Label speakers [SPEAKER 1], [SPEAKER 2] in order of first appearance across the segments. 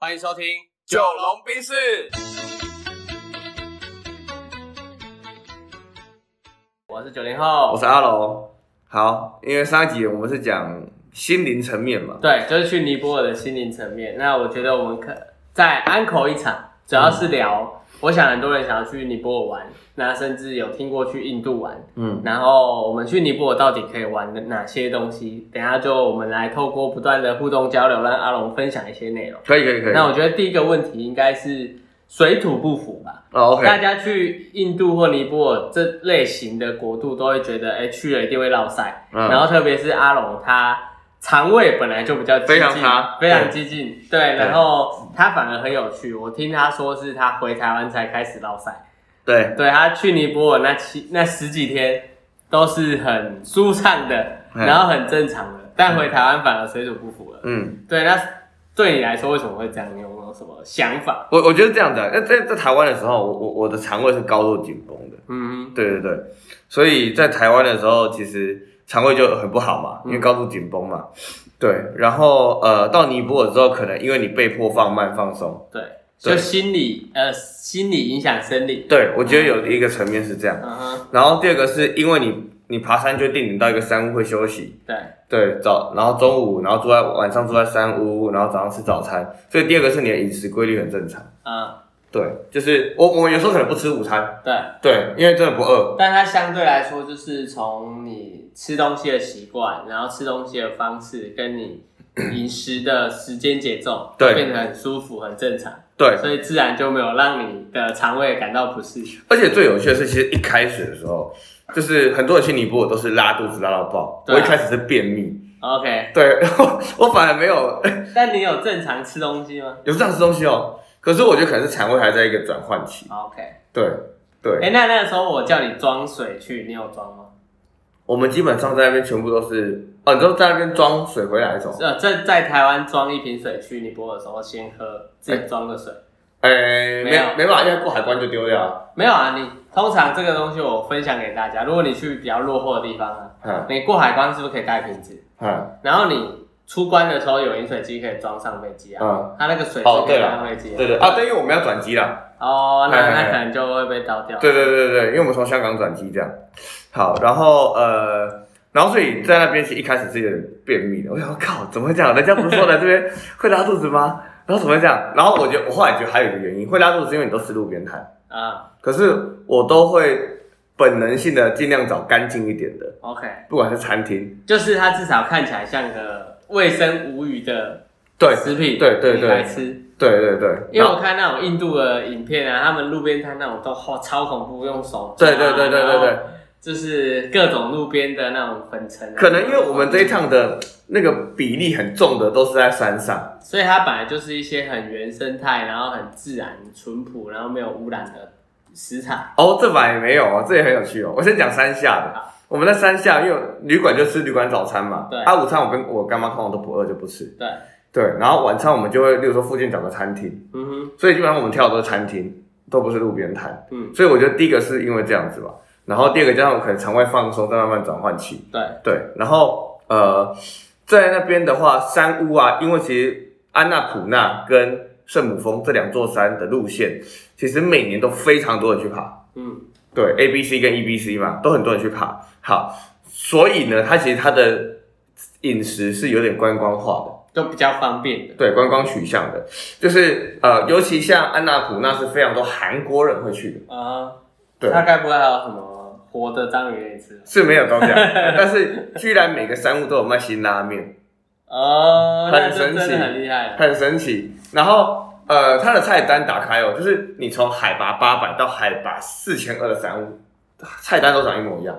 [SPEAKER 1] 欢迎收听《九龙冰室》。我是九零后，
[SPEAKER 2] 我是阿龙。好，因为上一集我们是讲心灵层面嘛，
[SPEAKER 1] 对，就是去尼泊尔的心灵层面。那我觉得我们可在安口一场，主要是聊，我想很多人想要去尼泊尔玩，那甚至有听过去印度玩。
[SPEAKER 2] 嗯，
[SPEAKER 1] 然后我们去尼泊尔到底可以玩的哪些东西？等一下就我们来透过不断的互动交流，让阿龙分享一些内容。
[SPEAKER 2] 可以可以可以。
[SPEAKER 1] 那我觉得第一个问题应该是水土不服吧。
[SPEAKER 2] 哦
[SPEAKER 1] 大
[SPEAKER 2] ，OK，
[SPEAKER 1] 家去印度或尼泊尔这类型的国度，都会觉得，哎、去了一定会落晒。
[SPEAKER 2] 嗯
[SPEAKER 1] 然后特别是阿龙，他肠胃本来就比较激进
[SPEAKER 2] 非常差
[SPEAKER 1] 非常
[SPEAKER 2] 对
[SPEAKER 1] 激进，对。然后他反而很有趣，我听他说是他回台湾才开始落晒，
[SPEAKER 2] 对，
[SPEAKER 1] 对他去尼泊尔那七那十几天都是很舒畅的，
[SPEAKER 2] 嗯
[SPEAKER 1] 然后很正常的，但回台湾反而水土不服了。
[SPEAKER 2] 嗯，
[SPEAKER 1] 对，那对你来说为什么会这样？你有没有什么想法？
[SPEAKER 2] 我我觉得这样的、那在在台湾的时候，我我我的肠胃是高度紧绷的，
[SPEAKER 1] 嗯，
[SPEAKER 2] 对对对，所以在台湾的时候，其实肠胃就很不好
[SPEAKER 1] 嗯
[SPEAKER 2] 嘛，因为高度紧绷嘛。对，然后呃，到尼泊尔之后，可能因为你被迫放慢放松，
[SPEAKER 1] 对，
[SPEAKER 2] 对
[SPEAKER 1] 就心理呃，心理影响生理。
[SPEAKER 2] 对我觉得有一个层面是这样。
[SPEAKER 1] 嗯哼，
[SPEAKER 2] 然后第二个是因为你你爬山就定点到一个山屋会休息，
[SPEAKER 1] 对，
[SPEAKER 2] 对，早，然后中午，然后住在晚上住在山屋，然后早上吃早餐，所以第二个是你的饮食规律很正常。
[SPEAKER 1] 嗯，
[SPEAKER 2] 对，就是我我有时候可能不吃午餐，
[SPEAKER 1] 对。
[SPEAKER 2] 对，因为真的不饿。
[SPEAKER 1] 但它相对来说，就是从你吃东西的习惯，然后吃东西的方式，跟你饮食的时间节奏，
[SPEAKER 2] 对
[SPEAKER 1] 变得很舒服、很正常，
[SPEAKER 2] 对，
[SPEAKER 1] 所以自然就没有让你的肠胃感到不适。
[SPEAKER 2] 而且最有趣的是，其实一开始的时候，就是很多人去尼泊尔都是拉肚子拉到爆，
[SPEAKER 1] 对啊
[SPEAKER 2] 我一开始是便秘，
[SPEAKER 1] OK，
[SPEAKER 2] 对，然后我反而没有
[SPEAKER 1] 但你有正常吃东西吗
[SPEAKER 2] 有这样吃东西哦，可是我觉得可能是肠胃还在一个转换期。
[SPEAKER 1] ？OK，
[SPEAKER 2] 对，对，
[SPEAKER 1] 哎、那那个时候我叫你装水去，你有装吗？
[SPEAKER 2] 我们基本上在那边全部都是，哦，你知道在那边装水回来的时候，
[SPEAKER 1] 呃，在在台湾装一瓶水去尼泊尔的时候，先喝自己装的水。
[SPEAKER 2] 哎，
[SPEAKER 1] 没
[SPEAKER 2] 没
[SPEAKER 1] 有
[SPEAKER 2] 没办法，因为过海关就丢掉啊。
[SPEAKER 1] 没有啊，你通常这个东西我分享给大家，如果你去比较落后的地方啊，
[SPEAKER 2] 嗯
[SPEAKER 1] 你过海关是不是可以带瓶子？
[SPEAKER 2] 嗯。
[SPEAKER 1] 然后你出关的时候有饮水机可以装上飞机啊，
[SPEAKER 2] 嗯，
[SPEAKER 1] 它那个水是
[SPEAKER 2] 哦
[SPEAKER 1] 可以
[SPEAKER 2] 对了
[SPEAKER 1] 装上飞机的。
[SPEAKER 2] 对对啊，对，因为我们要转机啦。
[SPEAKER 1] 哦，那
[SPEAKER 2] 哎哎
[SPEAKER 1] 那
[SPEAKER 2] 哎
[SPEAKER 1] 可能就会被倒掉。
[SPEAKER 2] 对对对对对，因为我们从香港转机这样。好，然后呃，然后所以在那边其实一开始是有点便秘的，我想说靠，怎么会这样？人家不是说来这边 会拉肚子吗？然后怎么会这样？然后我觉得我后来觉得还有一个原因，会拉肚子是因为你都吃路边摊，
[SPEAKER 1] 啊
[SPEAKER 2] 可是我都会本能性的尽量找干净一点的，
[SPEAKER 1] ，OK，
[SPEAKER 2] 不管是餐厅，
[SPEAKER 1] 就是它至少看起来像个卫生无虞的
[SPEAKER 2] 对
[SPEAKER 1] 食品，
[SPEAKER 2] 对对
[SPEAKER 1] 你来
[SPEAKER 2] 对
[SPEAKER 1] 吃。
[SPEAKER 2] 对对对，
[SPEAKER 1] 因为
[SPEAKER 2] 然后
[SPEAKER 1] 我看那种印度的影片啊，他们路边摊那种都哇超恐怖，用手抓
[SPEAKER 2] 对对对对对对，，
[SPEAKER 1] 就是各种路边的那种粉尘啊、
[SPEAKER 2] 可能因为我们这一趟的那个比例很重的都是在山上。
[SPEAKER 1] 所以它本来就是一些很原生态，然后很自然、淳朴，然后没有污染的食材。
[SPEAKER 2] 哦，这版也没有哦，这也很有趣哦。我先讲山下的
[SPEAKER 1] 好，
[SPEAKER 2] 我们在山下，因为旅馆就吃旅馆早餐嘛。
[SPEAKER 1] 对
[SPEAKER 2] 啊，午餐我跟我干妈通常都不饿就不吃。
[SPEAKER 1] 对，
[SPEAKER 2] 对，然后晚餐我们就会，例如说附近找个餐厅，
[SPEAKER 1] 嗯哼，
[SPEAKER 2] 所以基本上我们挑的都是餐厅，都不是路边摊。
[SPEAKER 1] 嗯，
[SPEAKER 2] 所以我觉得第一个是因为这样子吧，然后第二个加上我可能肠胃放松，再慢慢转换期。
[SPEAKER 1] 对，
[SPEAKER 2] 对，然后呃，在那边的话，山屋啊，因为其实安纳普纳跟圣母峰这两座山的路线，其实每年都非常多人去爬。
[SPEAKER 1] 嗯，
[SPEAKER 2] 对，A B C 跟 E B C 嘛，都很多人去爬。好，所以呢，它其实它的饮食是有点观光化的，
[SPEAKER 1] 就比较方便的。
[SPEAKER 2] 对，观光取向的，就是呃，尤其像安娜普那是非常多韩国人会去的，
[SPEAKER 1] 啊、
[SPEAKER 2] 对
[SPEAKER 1] 它该不会还有什么活的章鱼可以吃？
[SPEAKER 2] 是没有到这样，但是居然每个山屋都有卖辛拉面，
[SPEAKER 1] 哦，那
[SPEAKER 2] 很
[SPEAKER 1] 这
[SPEAKER 2] 神
[SPEAKER 1] 真
[SPEAKER 2] 奇
[SPEAKER 1] 的很厉害。啊
[SPEAKER 2] 很神奇。然后呃，它的菜单打开哦，就是你从海拔八百到海拔四千二的山屋，菜单都长一模一样，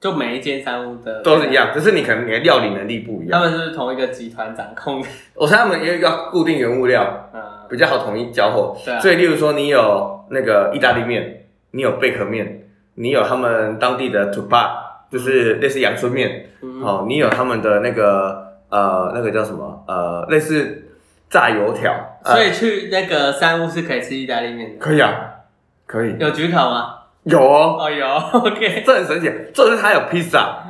[SPEAKER 1] 就每一间商务的
[SPEAKER 2] 都是一，样，只是你可能你的料理能力不一
[SPEAKER 1] 他
[SPEAKER 2] 样。
[SPEAKER 1] 们是不是同一个集团掌控的？
[SPEAKER 2] 我猜他们也要固定原物料。
[SPEAKER 1] 嗯，
[SPEAKER 2] 比较好统一交货。
[SPEAKER 1] 对啊
[SPEAKER 2] 所以，例如说，你有那个意大利面，你有贝壳面，你有他们当地的 tuba，就是类似阳春面，
[SPEAKER 1] 嗯
[SPEAKER 2] 哦，你有他们的那个呃那个叫什么呃类似炸油条，呃
[SPEAKER 1] 所以去那个山屋是可以吃意大利面的，
[SPEAKER 2] 可以啊，可以
[SPEAKER 1] 有焗烤吗？
[SPEAKER 2] 有哦，
[SPEAKER 1] 哦，有，OK，
[SPEAKER 2] 这很神奇，这是它有披萨，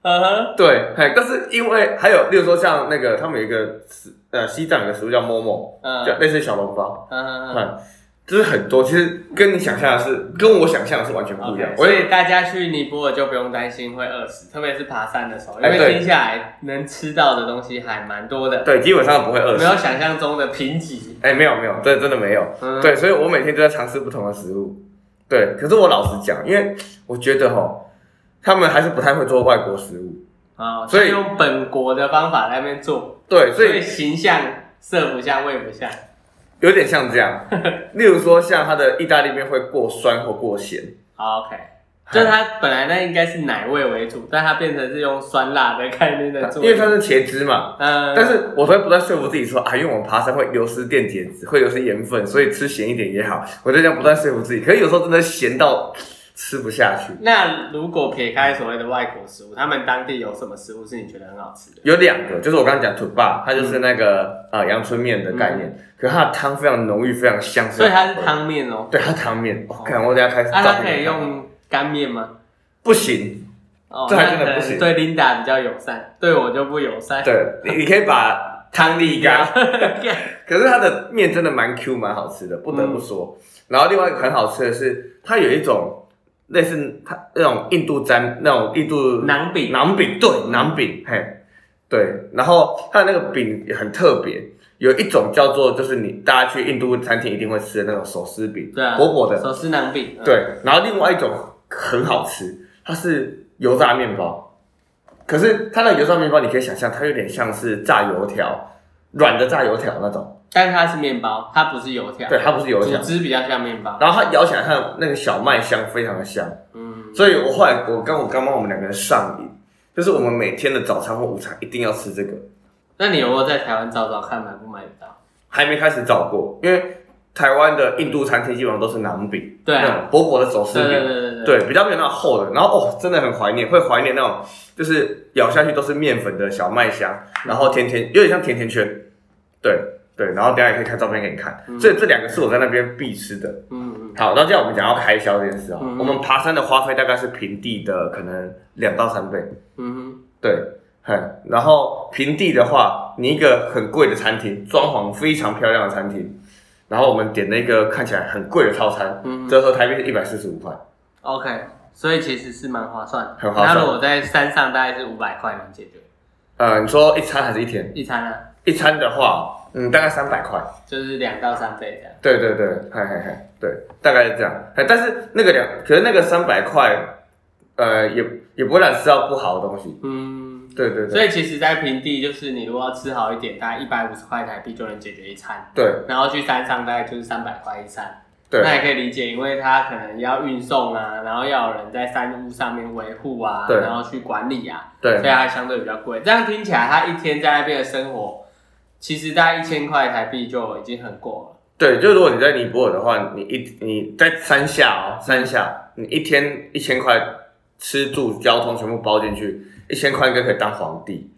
[SPEAKER 1] 嗯哼，
[SPEAKER 2] 对，嘿，但是因为还有，例如说像那个他们有一个食呃西藏有个食物叫 momo，
[SPEAKER 1] 嗯
[SPEAKER 2] 叫类似小笼包，
[SPEAKER 1] 嗯嗯
[SPEAKER 2] 嗯，就是很多，其实跟你想象的是跟我想象的是完全不一样
[SPEAKER 1] ，OK，。
[SPEAKER 2] 我
[SPEAKER 1] 所
[SPEAKER 2] 也
[SPEAKER 1] 以大家去尼泊尔就不用担心会饿死，特别是爬山的时候，因
[SPEAKER 2] 哎
[SPEAKER 1] 为
[SPEAKER 2] 对
[SPEAKER 1] 听下来能吃到的东西还蛮多的，
[SPEAKER 2] 对，基本上不会饿
[SPEAKER 1] 没
[SPEAKER 2] 死。
[SPEAKER 1] 有想象中的贫瘠。
[SPEAKER 2] 哎，没有没有，这真的没有。
[SPEAKER 1] 嗯，
[SPEAKER 2] 对，所以我每天都在尝试不同的食物。对，可是我老实讲，因为我觉得哈，他们还是不太会做外国食物。
[SPEAKER 1] 啊，
[SPEAKER 2] 所
[SPEAKER 1] 所
[SPEAKER 2] 以
[SPEAKER 1] 以用本国的方法在那边做，
[SPEAKER 2] 对，所
[SPEAKER 1] 所
[SPEAKER 2] 以
[SPEAKER 1] 以形象色不像味不像，
[SPEAKER 2] 有点像这 样。例如说，像它的意大利面会过酸或过咸。
[SPEAKER 1] 好 OK。就是它本来那应该是奶味为主，但它变成是用酸辣的概念在做，
[SPEAKER 2] 因为它是茄汁嘛，
[SPEAKER 1] 嗯，
[SPEAKER 2] 但是我都不断说服自己说啊，因为我们爬山会流失电解质，会流失盐分，所以吃咸一点也好。我就这样不断说服自己，可是有时候真的咸到吃不下去。
[SPEAKER 1] 那如果撇开所谓的外国食物，他们当地有什么食物是你觉得很好吃的？
[SPEAKER 2] 有两个，就是我刚刚讲土霸，它就是那个啊、呃阳春面的概念，可是它的汤非常浓郁，非常香，
[SPEAKER 1] 嗯所以它是
[SPEAKER 2] 非常
[SPEAKER 1] 汤面哦，
[SPEAKER 2] 对，它汤面。我、看我等一下开始
[SPEAKER 1] 啊，
[SPEAKER 2] 照
[SPEAKER 1] 它
[SPEAKER 2] 片给你看。
[SPEAKER 1] 可以用干面吗？
[SPEAKER 2] 不行，
[SPEAKER 1] 哦，
[SPEAKER 2] 这还
[SPEAKER 1] 那
[SPEAKER 2] 真的
[SPEAKER 1] 可能
[SPEAKER 2] 不行
[SPEAKER 1] 对 Linda 比较友善，对我就不友善。
[SPEAKER 2] 对，你你可以把汤沥干。
[SPEAKER 1] 干，
[SPEAKER 2] 可是它的面真的蛮 Q，蛮好吃的，不
[SPEAKER 1] 嗯
[SPEAKER 2] 得不说。然后另外一个很好吃的是，它有一种类似它那种印度粘那种印度
[SPEAKER 1] 馕饼嗯
[SPEAKER 2] 馕饼，对，馕饼，嘿，对。然后它的那个饼也很特别，有一种叫做就是你大家去印度餐厅一定会吃的那种手撕饼，
[SPEAKER 1] 对啊，
[SPEAKER 2] 薄薄的，
[SPEAKER 1] 手撕馕饼，嗯，
[SPEAKER 2] 对。然后另外一种很好吃，它是油炸面包，可是它的油炸面包你可以想象，它有点像是炸油条，软的炸油条那种。
[SPEAKER 1] 但是它是面包，它不是油条，
[SPEAKER 2] 对，它不是油条
[SPEAKER 1] 组，织比较像面包。
[SPEAKER 2] 然后它咬起来，它的那个小麦香非常的香，
[SPEAKER 1] 嗯，
[SPEAKER 2] 所以我后来我跟我干妈我们两个人上瘾，就是我们每天的早餐或午餐一定要吃这个，
[SPEAKER 1] 那你有没有在台湾找找看买不买得到？
[SPEAKER 2] 还没开始找过，因为台湾的印度餐厅基本上都是馕饼，
[SPEAKER 1] 对啊
[SPEAKER 2] 那种薄薄的手撕
[SPEAKER 1] 对对
[SPEAKER 2] 饼，
[SPEAKER 1] 对对对。
[SPEAKER 2] 对，比较没有那种厚的，然后哦，真的很怀念，会怀念那种就是咬下去都是面粉的小麦香，然后甜甜有点像甜甜圈，对对，然后等一下也可以看照片给你看，所以这两个是我在那边必吃的。
[SPEAKER 1] 嗯嗯
[SPEAKER 2] 好，那这样我们讲到开销这件事啊、
[SPEAKER 1] 嗯
[SPEAKER 2] 我们爬山的花费大概是平地的可能两到三倍，
[SPEAKER 1] 嗯哼，
[SPEAKER 2] 对，哼，然后平地的话，你一个很贵的餐厅，装潢非常漂亮的餐厅，然后我们点了一个看起来很贵的套餐，
[SPEAKER 1] 嗯
[SPEAKER 2] 折合台币是一百四十五块，
[SPEAKER 1] ，OK，所以其实是蛮划算的。
[SPEAKER 2] 很划算
[SPEAKER 1] 那如果在山上大概是五百块能解决
[SPEAKER 2] 呃，你说一餐还是一天？
[SPEAKER 1] 一餐啊，
[SPEAKER 2] 一餐的话，嗯，大概三百块，
[SPEAKER 1] 就是两到三倍这样。
[SPEAKER 2] 对对对，嘿嘿嘿，对，大概是这样，嘿但是那个两，可是那个三百块，呃，也也不会让你吃到不好的东西，
[SPEAKER 1] 嗯，
[SPEAKER 2] 对对对，
[SPEAKER 1] 所以其实，在平地就是你如果要吃好一点，大概一百五十块台币就能解决一餐，
[SPEAKER 2] 对
[SPEAKER 1] 然后去山上大概就是三百块一餐。
[SPEAKER 2] 对。
[SPEAKER 1] 那也可以理解，因为它可能要运送啊，然后要有人在山屋上面维护啊，
[SPEAKER 2] 对
[SPEAKER 1] 然后去管理啊，
[SPEAKER 2] 对
[SPEAKER 1] 所以它相对比较贵。这样听起来，他一天在那边的生活，其实大概一千块台币就已经很够了。
[SPEAKER 2] 对，就如果你在尼泊尔的话，你一你在山下哦，山下你一天一千块，吃住交通全部包进去，一千块应该可以当皇帝，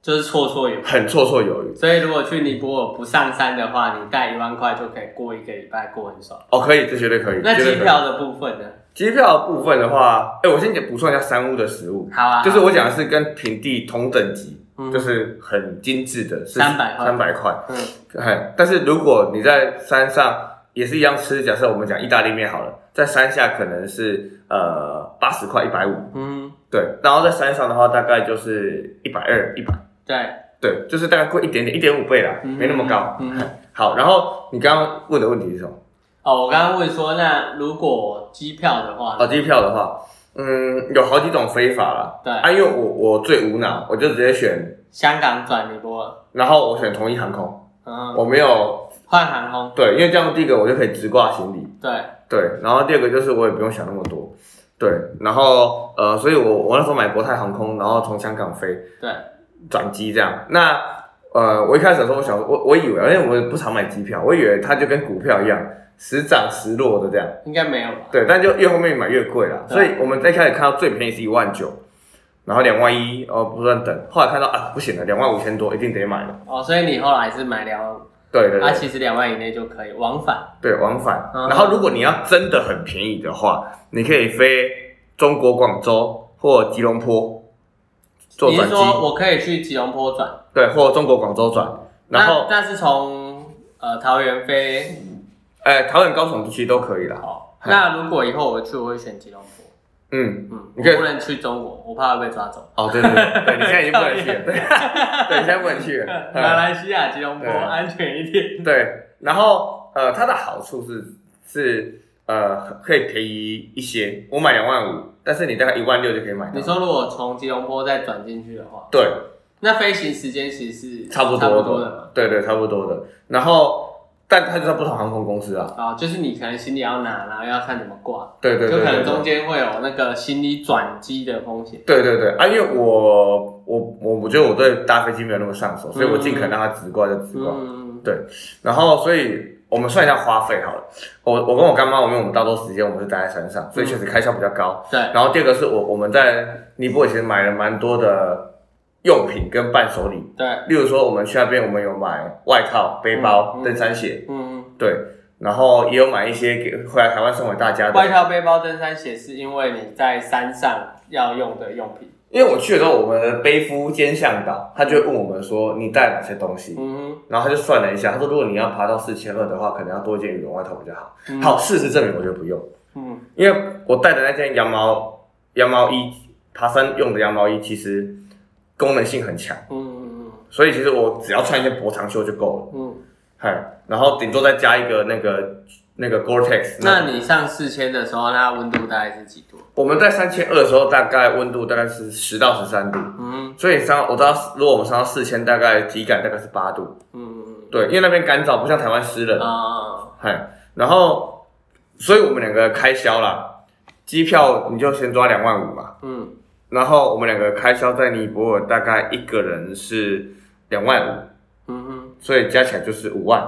[SPEAKER 1] 就是绰绰有余。
[SPEAKER 2] 很绰绰有余。
[SPEAKER 1] 所以如果去尼泊尔不上山的话，你带一万块就可以过一个礼拜，过很爽。
[SPEAKER 2] 哦，可以，这绝对可以。
[SPEAKER 1] 那
[SPEAKER 2] 绝对
[SPEAKER 1] 机
[SPEAKER 2] 可以
[SPEAKER 1] 票的部分呢？
[SPEAKER 2] 机票的部分的话，哎，我先补充一下山屋的食物，
[SPEAKER 1] 好啊，
[SPEAKER 2] 就是我讲的是跟平地同等级，
[SPEAKER 1] 嗯
[SPEAKER 2] 就是很精致的，是
[SPEAKER 1] 300块
[SPEAKER 2] 三百块。
[SPEAKER 1] 嗯
[SPEAKER 2] 哎，但是如果你在山上也是一样吃，假设我们讲意大利面好了，在山下可能是呃八十块一百五。
[SPEAKER 1] 嗯，
[SPEAKER 2] 对，然后在山上的话，大概就是一百二、一百，
[SPEAKER 1] 对，
[SPEAKER 2] 对，就是大概贵一点点，一点五倍啦，
[SPEAKER 1] 嗯
[SPEAKER 2] 没那么高。
[SPEAKER 1] 嗯嗯
[SPEAKER 2] 好，然后你刚刚问的问题是什么？
[SPEAKER 1] 哦，我刚刚问说，那如果机票的话呢，
[SPEAKER 2] 哦，机票的话，嗯，有好几种飞法啦。
[SPEAKER 1] 对
[SPEAKER 2] 啊，因为我我最无脑，我就直接选，
[SPEAKER 1] 香港转尼泊尔，
[SPEAKER 2] 然后我选同一航空，
[SPEAKER 1] 嗯，
[SPEAKER 2] 我没有
[SPEAKER 1] 换航空，
[SPEAKER 2] 对，因为这样第一个我就可以直挂行李，
[SPEAKER 1] 对，
[SPEAKER 2] 对，然后第二个就是我也不用想那么多，对，然后呃，所以我我那时候买国泰航空，然后从香港飞，
[SPEAKER 1] 对，
[SPEAKER 2] 转机这样。那呃，我一开始的时候，我想我我以为，因为我不常买机票，我以为它就跟股票一样，时涨时落的这样。
[SPEAKER 1] 应该没有吧？
[SPEAKER 2] 对，但就越后面买越贵啦。
[SPEAKER 1] 对
[SPEAKER 2] 所以我们在一开始看到最便宜是一万九，然后两万一哦不断等，后来看到啊不行了，两万五千多一定得买了。
[SPEAKER 1] 哦，所以你后来是买两万五，
[SPEAKER 2] 对对对、
[SPEAKER 1] 啊，其实两万以内就可以往返。
[SPEAKER 2] 对，往返。
[SPEAKER 1] 嗯
[SPEAKER 2] 然后如果你要真的很便宜的话，你可以飞中国广州或吉隆坡做
[SPEAKER 1] 你
[SPEAKER 2] 转
[SPEAKER 1] 是
[SPEAKER 2] 机，
[SPEAKER 1] 说我可以去吉隆坡转，
[SPEAKER 2] 对，或中国广州转，然后
[SPEAKER 1] 那那是从呃桃园飞
[SPEAKER 2] 哎，桃园、高雄地区都可以啦。
[SPEAKER 1] 好。那如果以后我去，我会选吉隆坡。
[SPEAKER 2] 嗯，
[SPEAKER 1] 嗯，
[SPEAKER 2] 你可以
[SPEAKER 1] 我不能去中国，我怕会被抓走。
[SPEAKER 2] 哦，对对对，对你现在已经不能去 了，对， 对，你现在不能去了。嗯
[SPEAKER 1] 马来西亚吉隆坡
[SPEAKER 2] 对
[SPEAKER 1] 安全一点。
[SPEAKER 2] 对，然后呃，它的好处是是呃可以便宜一些，我买两万五，但是你大概一万六就可以买到。
[SPEAKER 1] 你说如果从吉隆坡再转进去的话，
[SPEAKER 2] 对，
[SPEAKER 1] 那飞行时间其实是
[SPEAKER 2] 差不多
[SPEAKER 1] 差不多的嘛。
[SPEAKER 2] 对对，差不多的。然后，但它就是不同航空公司啊，
[SPEAKER 1] 啊，就是你可能行李要拿，然后要看怎么挂，
[SPEAKER 2] 对对
[SPEAKER 1] 就
[SPEAKER 2] 对
[SPEAKER 1] 可能
[SPEAKER 2] 对
[SPEAKER 1] 中
[SPEAKER 2] 对，
[SPEAKER 1] 间会有那个行李转机的风险。
[SPEAKER 2] 对对对啊，因为我我我我觉得我对搭飞机没有那么上手，所以我尽可能让它直挂就直挂。
[SPEAKER 1] 嗯，
[SPEAKER 2] 然后，所以我们算一下花费好了。我我跟我干妈，我们我们大多时间我们是待在山
[SPEAKER 1] 嗯
[SPEAKER 2] 上，所以确实开销比较高。
[SPEAKER 1] 对，
[SPEAKER 2] 然后第二个是我我们在尼泊尔其实买了蛮多的用品跟伴手礼，
[SPEAKER 1] 对，
[SPEAKER 2] 例如说我们去那边我们有买外套、背包、
[SPEAKER 1] 嗯嗯
[SPEAKER 2] 登山鞋，
[SPEAKER 1] 嗯，
[SPEAKER 2] 对，然后也有买一些给回来台湾送给大家
[SPEAKER 1] 外
[SPEAKER 2] 的。
[SPEAKER 1] 套、背包、登山鞋是因为你在山上要用的用品。
[SPEAKER 2] 因为我去的时候，我们的背夫兼向导他就会问我们说你带哪些东西，
[SPEAKER 1] 嗯
[SPEAKER 2] 然后他就算了一下，他说如果你要爬到四千二的话，可能要多一件羽绒外套比较好。
[SPEAKER 1] 哼，
[SPEAKER 2] 好，事实证明我就不用，
[SPEAKER 1] 嗯，
[SPEAKER 2] 因为我带的那件羊毛羊毛衣，爬山用的羊毛衣其实功能性很强。
[SPEAKER 1] 嗯嗯
[SPEAKER 2] 所以其实我只要穿一件薄长袖就够了，
[SPEAKER 1] 嗯嗯。
[SPEAKER 2] 嗨，然后顶多再加一个那个那个 Gore-Tex 种。
[SPEAKER 1] 那你上四千的时候，那温度大概是几度？
[SPEAKER 2] 我们在三千二的时候，大概温度大概是十到十三度，
[SPEAKER 1] 嗯
[SPEAKER 2] 所以上我知道，如果我们上到四千，大概体感大概是八度，
[SPEAKER 1] 嗯
[SPEAKER 2] 对，因为那边干燥，不像台湾湿冷
[SPEAKER 1] 嗯，啊，
[SPEAKER 2] 嗨，然后，所以我们两个开销啦，机票你就先抓两万五嘛，
[SPEAKER 1] 嗯
[SPEAKER 2] 然后我们两个开销在尼泊尔大概一个人是两万五，
[SPEAKER 1] 嗯哼，
[SPEAKER 2] 所以加起来就是五万，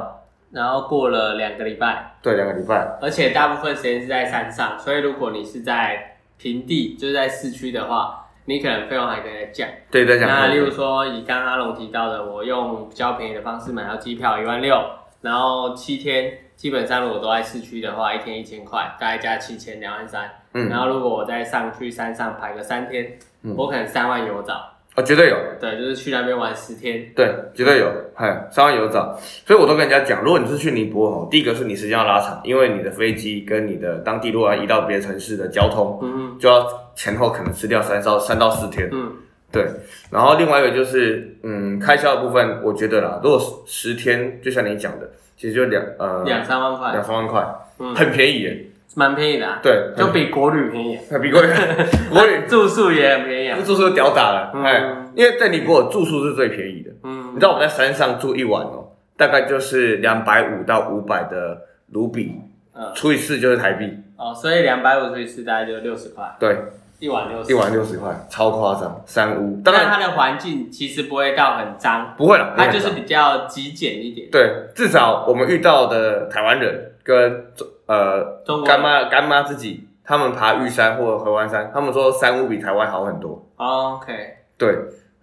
[SPEAKER 1] 然后过了两个礼拜。
[SPEAKER 2] 对，两个礼拜。
[SPEAKER 1] 而且大部分时间是在山上，所以如果你是在平地，就是在市区的话，你可能费用还可以再降。
[SPEAKER 2] 对，再讲。
[SPEAKER 1] 那例如说，以刚刚阿龙提到的，我用比较便宜的方式买到机票一万六，然后七天，基本上如果都在市区的话，一天一千块，大概加七千两万三。
[SPEAKER 2] 嗯
[SPEAKER 1] 然后如果我再上去山上排个三天，
[SPEAKER 2] 嗯
[SPEAKER 1] 我可能三万有找，
[SPEAKER 2] 哦，绝对有，
[SPEAKER 1] 对，就是去那边玩十天。
[SPEAKER 2] 对，绝对有，嗨，三万有找，所以我都跟人家讲，如果你是去尼泊尔哦，第一个是你时间要拉长，因为你的飞机跟你的当地如果要移到别的城市的交通，
[SPEAKER 1] 嗯
[SPEAKER 2] 就要前后可能吃掉三到三到四天，
[SPEAKER 1] 嗯
[SPEAKER 2] 对，然后另外一个就是，嗯，开销的部分，我觉得啦，如果十十天，就像你讲的，其实就两呃
[SPEAKER 1] 嗯，两三万块
[SPEAKER 2] 两，三万块，
[SPEAKER 1] 嗯，
[SPEAKER 2] 很便宜耶，
[SPEAKER 1] 蛮便宜的、啊，
[SPEAKER 2] 对，
[SPEAKER 1] 就比国旅便宜啊、
[SPEAKER 2] 很比国旅 国旅
[SPEAKER 1] 住宿也很便宜、啊。
[SPEAKER 2] 住宿屌打了，
[SPEAKER 1] 嗯
[SPEAKER 2] 哎，因为在尼泊尔住宿是最便宜的。
[SPEAKER 1] 嗯
[SPEAKER 2] 你知道我们在山上住一晚哦，大概就是两百五到五百的卢比，
[SPEAKER 1] 嗯
[SPEAKER 2] 除以四就是台币，
[SPEAKER 1] 哦，所以两百五除以四大概就六十块，
[SPEAKER 2] 对，
[SPEAKER 1] 一碗六十。
[SPEAKER 2] 一晚六十块，超夸张，三屋，当
[SPEAKER 1] 但
[SPEAKER 2] 然
[SPEAKER 1] 它的环境其实不会到很脏，
[SPEAKER 2] 不会了，
[SPEAKER 1] 它就是
[SPEAKER 2] 不会啦
[SPEAKER 1] 比较极简一点。
[SPEAKER 2] 对，至少我们遇到的台湾人跟呃
[SPEAKER 1] 中国
[SPEAKER 2] 干妈干妈自己，他们爬玉山或合欢山，他们说山屋比台湾好很多，
[SPEAKER 1] 哦，OK，
[SPEAKER 2] 对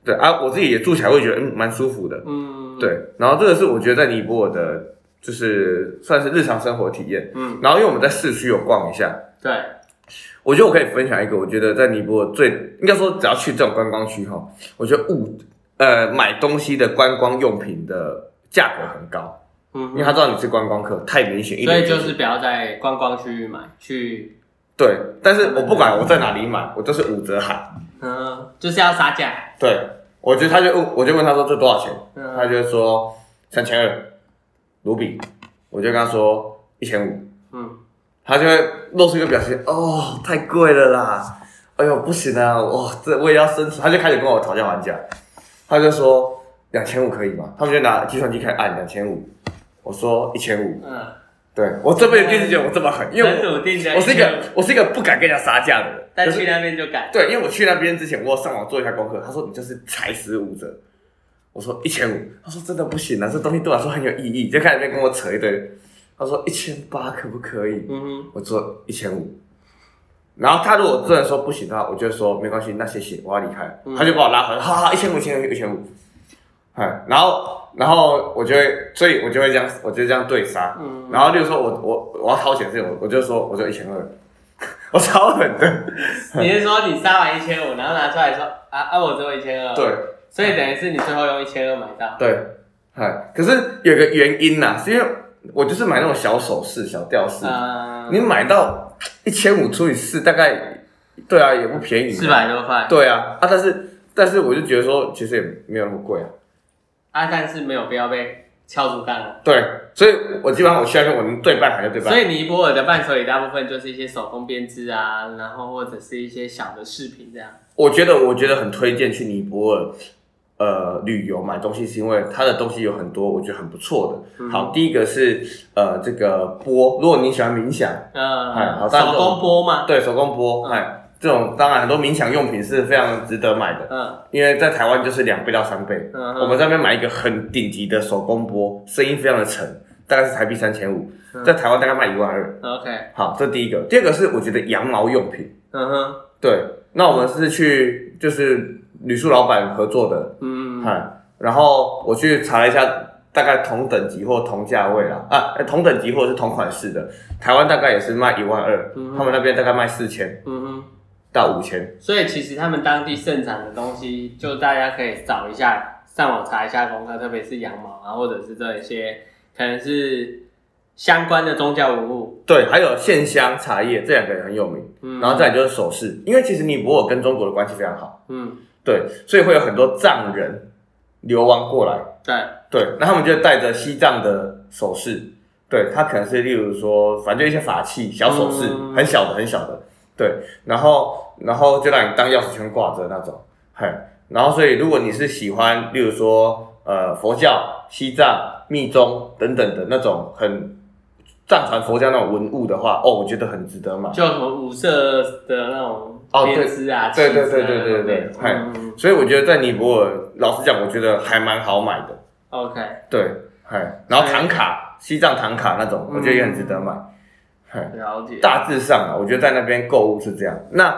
[SPEAKER 2] 对啊，我自己也住起来会觉得嗯蛮舒服的，
[SPEAKER 1] 嗯，，
[SPEAKER 2] 对，然后这个是我觉得在尼泊尔的，就是算是日常生活体验。
[SPEAKER 1] 嗯，
[SPEAKER 2] 然后因为我们在市区有逛一下，
[SPEAKER 1] 对，
[SPEAKER 2] 我觉得我可以分享一个，我觉得在尼泊尔最应该说，只要去这种观光区哈，我觉得物呃买东西的观光用品的价格很高，因为
[SPEAKER 1] 嗯，
[SPEAKER 2] 他知道你是观光客，太明显一
[SPEAKER 1] 所
[SPEAKER 2] 点
[SPEAKER 1] 以
[SPEAKER 2] 点。
[SPEAKER 1] 就是不要在观光区域买，去，
[SPEAKER 2] 对，但是我不管我在哪里买，我都是五折喊。
[SPEAKER 1] 嗯，就是要杀价，
[SPEAKER 2] 对，我觉得他就问，我就问他说这多少钱，他
[SPEAKER 1] 嗯，
[SPEAKER 2] 就说三千二卢比，我就跟他说一千五，
[SPEAKER 1] 嗯，
[SPEAKER 2] 他就会露出一个表情，哦，太贵了啦，哎呦，不行啊，哦，这我也要生存，他就开始跟我讨价还价，他就说两千五可以吗？他们就拿计算机开始按两千五，我说一千五，
[SPEAKER 1] 嗯，
[SPEAKER 2] 对我这辈子第一次觉得我这么狠，因为
[SPEAKER 1] 很
[SPEAKER 2] 我
[SPEAKER 1] 笃定的，
[SPEAKER 2] 我是一个，我是一个不敢跟人家杀价的人，
[SPEAKER 1] 但
[SPEAKER 2] 可
[SPEAKER 1] 去
[SPEAKER 2] 是
[SPEAKER 1] 那边就敢，
[SPEAKER 2] 对，因为我去那边之前我有上网做一下功课，他说你就是才十五折。我说一千五，他说真的不行啊，这东西对我来说很有意义，就开始在那边跟我扯一堆。他说一千八可不可以？
[SPEAKER 1] 嗯
[SPEAKER 2] 我做一千五。然后他如果真的说不行的话，我就说没关系，那谢谢，我要离开。
[SPEAKER 1] 嗯
[SPEAKER 2] 他就把我拉回来，好好，一千五，一千五，一千五。哎，然后然后我就会，所以我就会这样，我就这样对杀。
[SPEAKER 1] 哼，嗯，
[SPEAKER 2] 然后例如说我我我要掏钱这种，我就说我就一千二， 我超狠的。
[SPEAKER 1] 你是说你杀完一千五，然后拿出来说啊啊，我只有一千二，，
[SPEAKER 2] 对
[SPEAKER 1] 所以等于是你最后用一千二买到，
[SPEAKER 2] 对，哎，可是有个原因呐、是因为我就是买那种小首饰、小吊饰，
[SPEAKER 1] 嗯，
[SPEAKER 2] 你买到一千五除以四，大概对啊，也不便宜，
[SPEAKER 1] 四百多块，
[SPEAKER 2] 对啊啊，但是但是我就觉得说，其实也没有那么贵啊。
[SPEAKER 1] 啊，但是没有必要被敲竹杠了。
[SPEAKER 2] 对，所以我基本上我去那边，我能对半还是对半。
[SPEAKER 1] 所以尼泊尔的伴手礼大部分就是一些手工编织啊，然后或者是一些小的饰品这样。
[SPEAKER 2] 我觉得我觉得很推荐去尼泊尔，呃，旅游买东西是因为它的东西有很多，我觉得很不错的。
[SPEAKER 1] 嗯
[SPEAKER 2] 好，第一个是呃这个钵，如果你喜欢冥想，哎好
[SPEAKER 1] 嗯，
[SPEAKER 2] 但是
[SPEAKER 1] 手工钵嘛，
[SPEAKER 2] 对手工钵，
[SPEAKER 1] 嗯
[SPEAKER 2] 哎，这种当然很多冥想用品是非常值得买的，
[SPEAKER 1] 嗯
[SPEAKER 2] 因为在台湾就是两倍到三倍。
[SPEAKER 1] 嗯，
[SPEAKER 2] 我们在那边买一个很顶级的手工钵，声音非常的沉，大概是台币三千五，
[SPEAKER 1] 嗯
[SPEAKER 2] 在台湾大概卖一万二。
[SPEAKER 1] 嗯 OK，
[SPEAKER 2] 好，这第一个。第二个是我觉得羊毛用品，
[SPEAKER 1] 嗯哼，
[SPEAKER 2] 对，那我们是去就是旅宿老板合作的，
[SPEAKER 1] 嗯，
[SPEAKER 2] 哎，然后我去查了一下，大概同等级或同价位啦，啊，哎同等级或者是同款式的，台湾大概也是卖一万二、
[SPEAKER 1] 嗯
[SPEAKER 2] 他们那边大概卖四千
[SPEAKER 1] 嗯
[SPEAKER 2] 到五千。
[SPEAKER 1] 哼，所以其实他们当地盛产的东西，就大家可以找一下，上网查一下功课，特别是羊毛啊，或者是这一些可能是相关的宗教文物。
[SPEAKER 2] 对，还有线香茶叶这两个也很有名，
[SPEAKER 1] 嗯，
[SPEAKER 2] 然后再来就是首饰，因为其实尼泊尔跟中国的关系非常好，
[SPEAKER 1] 嗯，
[SPEAKER 2] 对，所以会有很多藏人流亡过来，
[SPEAKER 1] 对，
[SPEAKER 2] 对，那他们就带着西藏的首饰，对，它可能是例如说，反正就一些法器、小首饰，
[SPEAKER 1] 嗯
[SPEAKER 2] 很小的、很小的，对，然后然后就让你当钥匙圈挂着那种，嘿，然后所以如果你是喜欢，例如说呃佛教、西藏、密宗等等的那种很藏传佛教那种文物的话，哦，我觉得很值得买。
[SPEAKER 1] 就什么五色的那种
[SPEAKER 2] 哦对
[SPEAKER 1] 编织啊，
[SPEAKER 2] 对
[SPEAKER 1] 旗子啊
[SPEAKER 2] 对对对对对
[SPEAKER 1] 那种
[SPEAKER 2] 嗨
[SPEAKER 1] 嗯嗯嗯
[SPEAKER 2] 所以我觉得在尼泊尔，老实讲，我觉得还蛮好买的。
[SPEAKER 1] ，OK。
[SPEAKER 2] 对，嘿，然后唐卡，西藏唐卡那种，我觉得也很值得买。嘿，
[SPEAKER 1] 了解，
[SPEAKER 2] 大致上啊，我觉得在那边购物是这样。那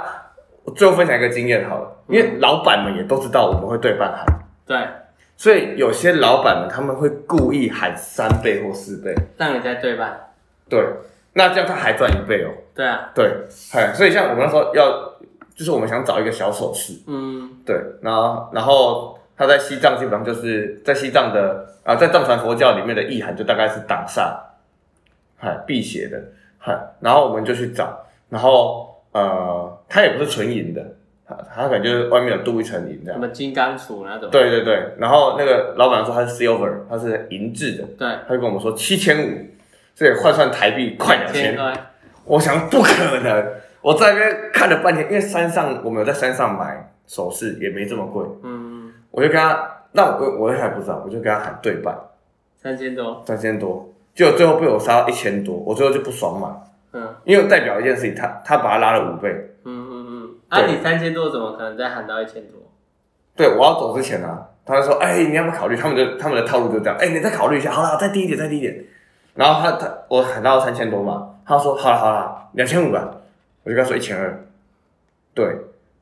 [SPEAKER 2] 我最后分享一个经验好了，因为老板们也都知道我们会对半喊，
[SPEAKER 1] 对，
[SPEAKER 2] 所以有些老板们他们会故意喊三倍或四倍，
[SPEAKER 1] 让你在对半，
[SPEAKER 2] 对，那这样他还赚一倍哦，
[SPEAKER 1] 对啊，
[SPEAKER 2] 对，哎，所以像我们那时候要，就是我们想找一个小首饰，
[SPEAKER 1] 嗯
[SPEAKER 2] 对，然后然后他在西藏基本上就是在西藏的啊，在藏传佛教里面的意涵就大概是挡煞，嗨，辟邪的，嗨，然后我们就去找，然后呃，它也不是纯银的，它它可能就是外面有镀一层银这
[SPEAKER 1] 什
[SPEAKER 2] 样。
[SPEAKER 1] 么金刚杵那种，
[SPEAKER 2] 对对对，然后那个老板说它是 silver，它是银质的，
[SPEAKER 1] 对，
[SPEAKER 2] 他就跟我们说七千五，所以换算台币快两千
[SPEAKER 1] 千。块，
[SPEAKER 2] 我想不可能，我在那边看了半天，因为山上我们有在山上买首饰，也没这么贵。
[SPEAKER 1] 嗯，
[SPEAKER 2] 我就跟他，那我我还不知道，我就跟他喊对半
[SPEAKER 1] 三千多，
[SPEAKER 2] 三千多，结果最后被我杀到一千多，我最后就不爽嘛，
[SPEAKER 1] 嗯
[SPEAKER 2] 因为代表一件事情，他他把他拉了五倍，
[SPEAKER 1] 嗯嗯嗯，啊，
[SPEAKER 2] 对
[SPEAKER 1] 你三千多怎么可能再喊到一千多？
[SPEAKER 2] 对我要走之前啊，他就说，哎、你要不要考虑？他们的他们的套路就这样，哎、你再考虑一下，好了，再低一点，再低一点，然后他他我喊到三千多嘛，他说好了好了，两千五吧，我就跟他说一千二，对，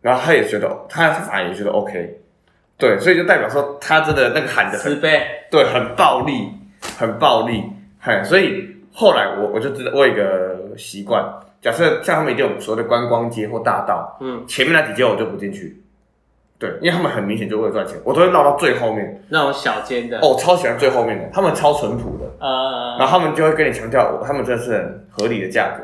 [SPEAKER 2] 然后他也觉得他他反而也觉得 OK，对，所以就代表说他真的那个喊的很
[SPEAKER 1] 十倍，
[SPEAKER 2] 对，很暴力，很暴力，嘿，所以后来我我就知道我有一个习惯，假设像他们一定有所谓的观光街或大道，
[SPEAKER 1] 嗯，
[SPEAKER 2] 前面那几街我就不进去，对，因为他们很明显就为了赚钱，我都会绕到最后面，
[SPEAKER 1] 那种小间的，
[SPEAKER 2] 哦，我超喜欢最后面的，他们超淳朴的，然
[SPEAKER 1] 呃，
[SPEAKER 2] 后他们就会跟你强调，哦他们这是很合理的价格，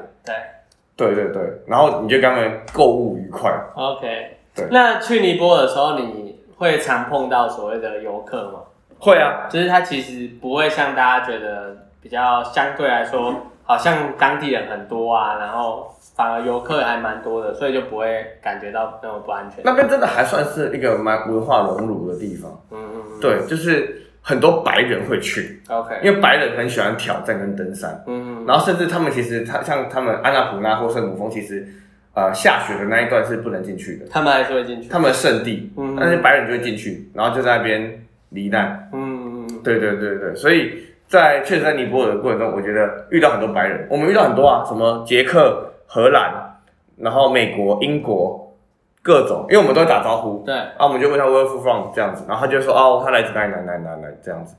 [SPEAKER 1] 对
[SPEAKER 2] 对对对，然后你就跟他们购物愉快，
[SPEAKER 1] ，OK，
[SPEAKER 2] 对
[SPEAKER 1] 那去尼泊尔的时候，你会常碰到所谓的游客吗？
[SPEAKER 2] 会啊，
[SPEAKER 1] 就是他其实不会像大家觉得比较相对来说，好像当地人很多啊，然后反而游客还蛮多的，所以就不会感觉到那么不安全。
[SPEAKER 2] 那边真的还算是一个蛮文化融入的地方，
[SPEAKER 1] 嗯嗯嗯，
[SPEAKER 2] 对，就是很多白人会去。
[SPEAKER 1] ，OK，
[SPEAKER 2] 因为白人很喜欢挑战跟登山，
[SPEAKER 1] 嗯，
[SPEAKER 2] 然后甚至他们其实他像他们安纳普纳或圣母峰，其实呃下雪的那一段是不能进去的，
[SPEAKER 1] 他们还是会进去，
[SPEAKER 2] 他们的圣地
[SPEAKER 1] 嗯，
[SPEAKER 2] 但是白人就会进去，然后就在那边罹难。
[SPEAKER 1] 嗯嗯嗯，
[SPEAKER 2] 对对对对，所以在确实在尼泊尔的过程中，我觉得遇到很多白人，我们遇到很多啊，什么捷克、荷兰，然后美国、英国各种，因为我们都会打招呼，
[SPEAKER 1] 对，
[SPEAKER 2] 啊，我们就问他 Where you from 这样子，然后他就说哦，他来自哪里哪里哪里哪里哪里这样子，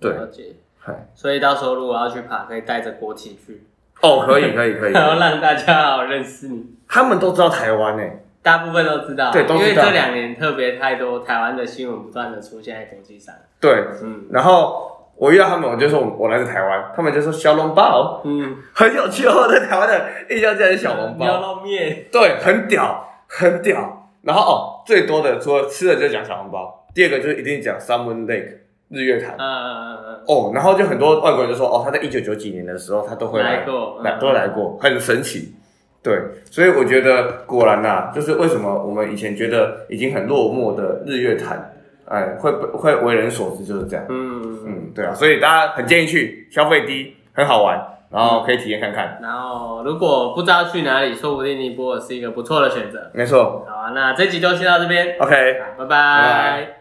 [SPEAKER 2] 对，
[SPEAKER 1] 了解
[SPEAKER 2] 嗨。
[SPEAKER 1] 所以到时候如果要去爬，可以带着国旗去。
[SPEAKER 2] 哦，可以可以可以，
[SPEAKER 1] 然后让大家好好认识你。
[SPEAKER 2] 他们都知道台湾欸诶，
[SPEAKER 1] 大部分都知道，
[SPEAKER 2] 对都知
[SPEAKER 1] 因
[SPEAKER 2] 道
[SPEAKER 1] 为这两年特别太多台湾的新闻不断的出现在国际上。
[SPEAKER 2] 对。
[SPEAKER 1] 嗯
[SPEAKER 2] 然后我遇到他们，我就说我来自台湾，他们就说小笼包，
[SPEAKER 1] 嗯，
[SPEAKER 2] 很有趣哦，我对台湾的印象竟然是小嗯笼
[SPEAKER 1] 牛
[SPEAKER 2] 包，
[SPEAKER 1] 肉面，
[SPEAKER 2] 对，很屌，很屌。然后哦，最多的除了吃的就是讲小笼包，第二个就是一定讲 Salmon Lake 日月潭
[SPEAKER 1] 嗯。嗯嗯
[SPEAKER 2] 哦，然后就很多外国人就说，哦，他在一九九几年的时候，他都会
[SPEAKER 1] 嗯，
[SPEAKER 2] 来
[SPEAKER 1] 来过，
[SPEAKER 2] 来
[SPEAKER 1] 嗯
[SPEAKER 2] 都来过，很神奇。对，所以我觉得果然呐、就是为什么我们以前觉得已经很落寞的日月潭，哎，会会为人所知就是这样。
[SPEAKER 1] 嗯，
[SPEAKER 2] 嗯，对啊，所以大家很建议去，消费低，很好玩，然后可以体验看看。
[SPEAKER 1] 然后如果不知道去哪里，说不定尼泊尔是一个不错的选择。
[SPEAKER 2] 没错
[SPEAKER 1] 好啊，那这集就先到这边，
[SPEAKER 2] ，OK。
[SPEAKER 1] 好拜
[SPEAKER 2] 拜
[SPEAKER 1] 拜。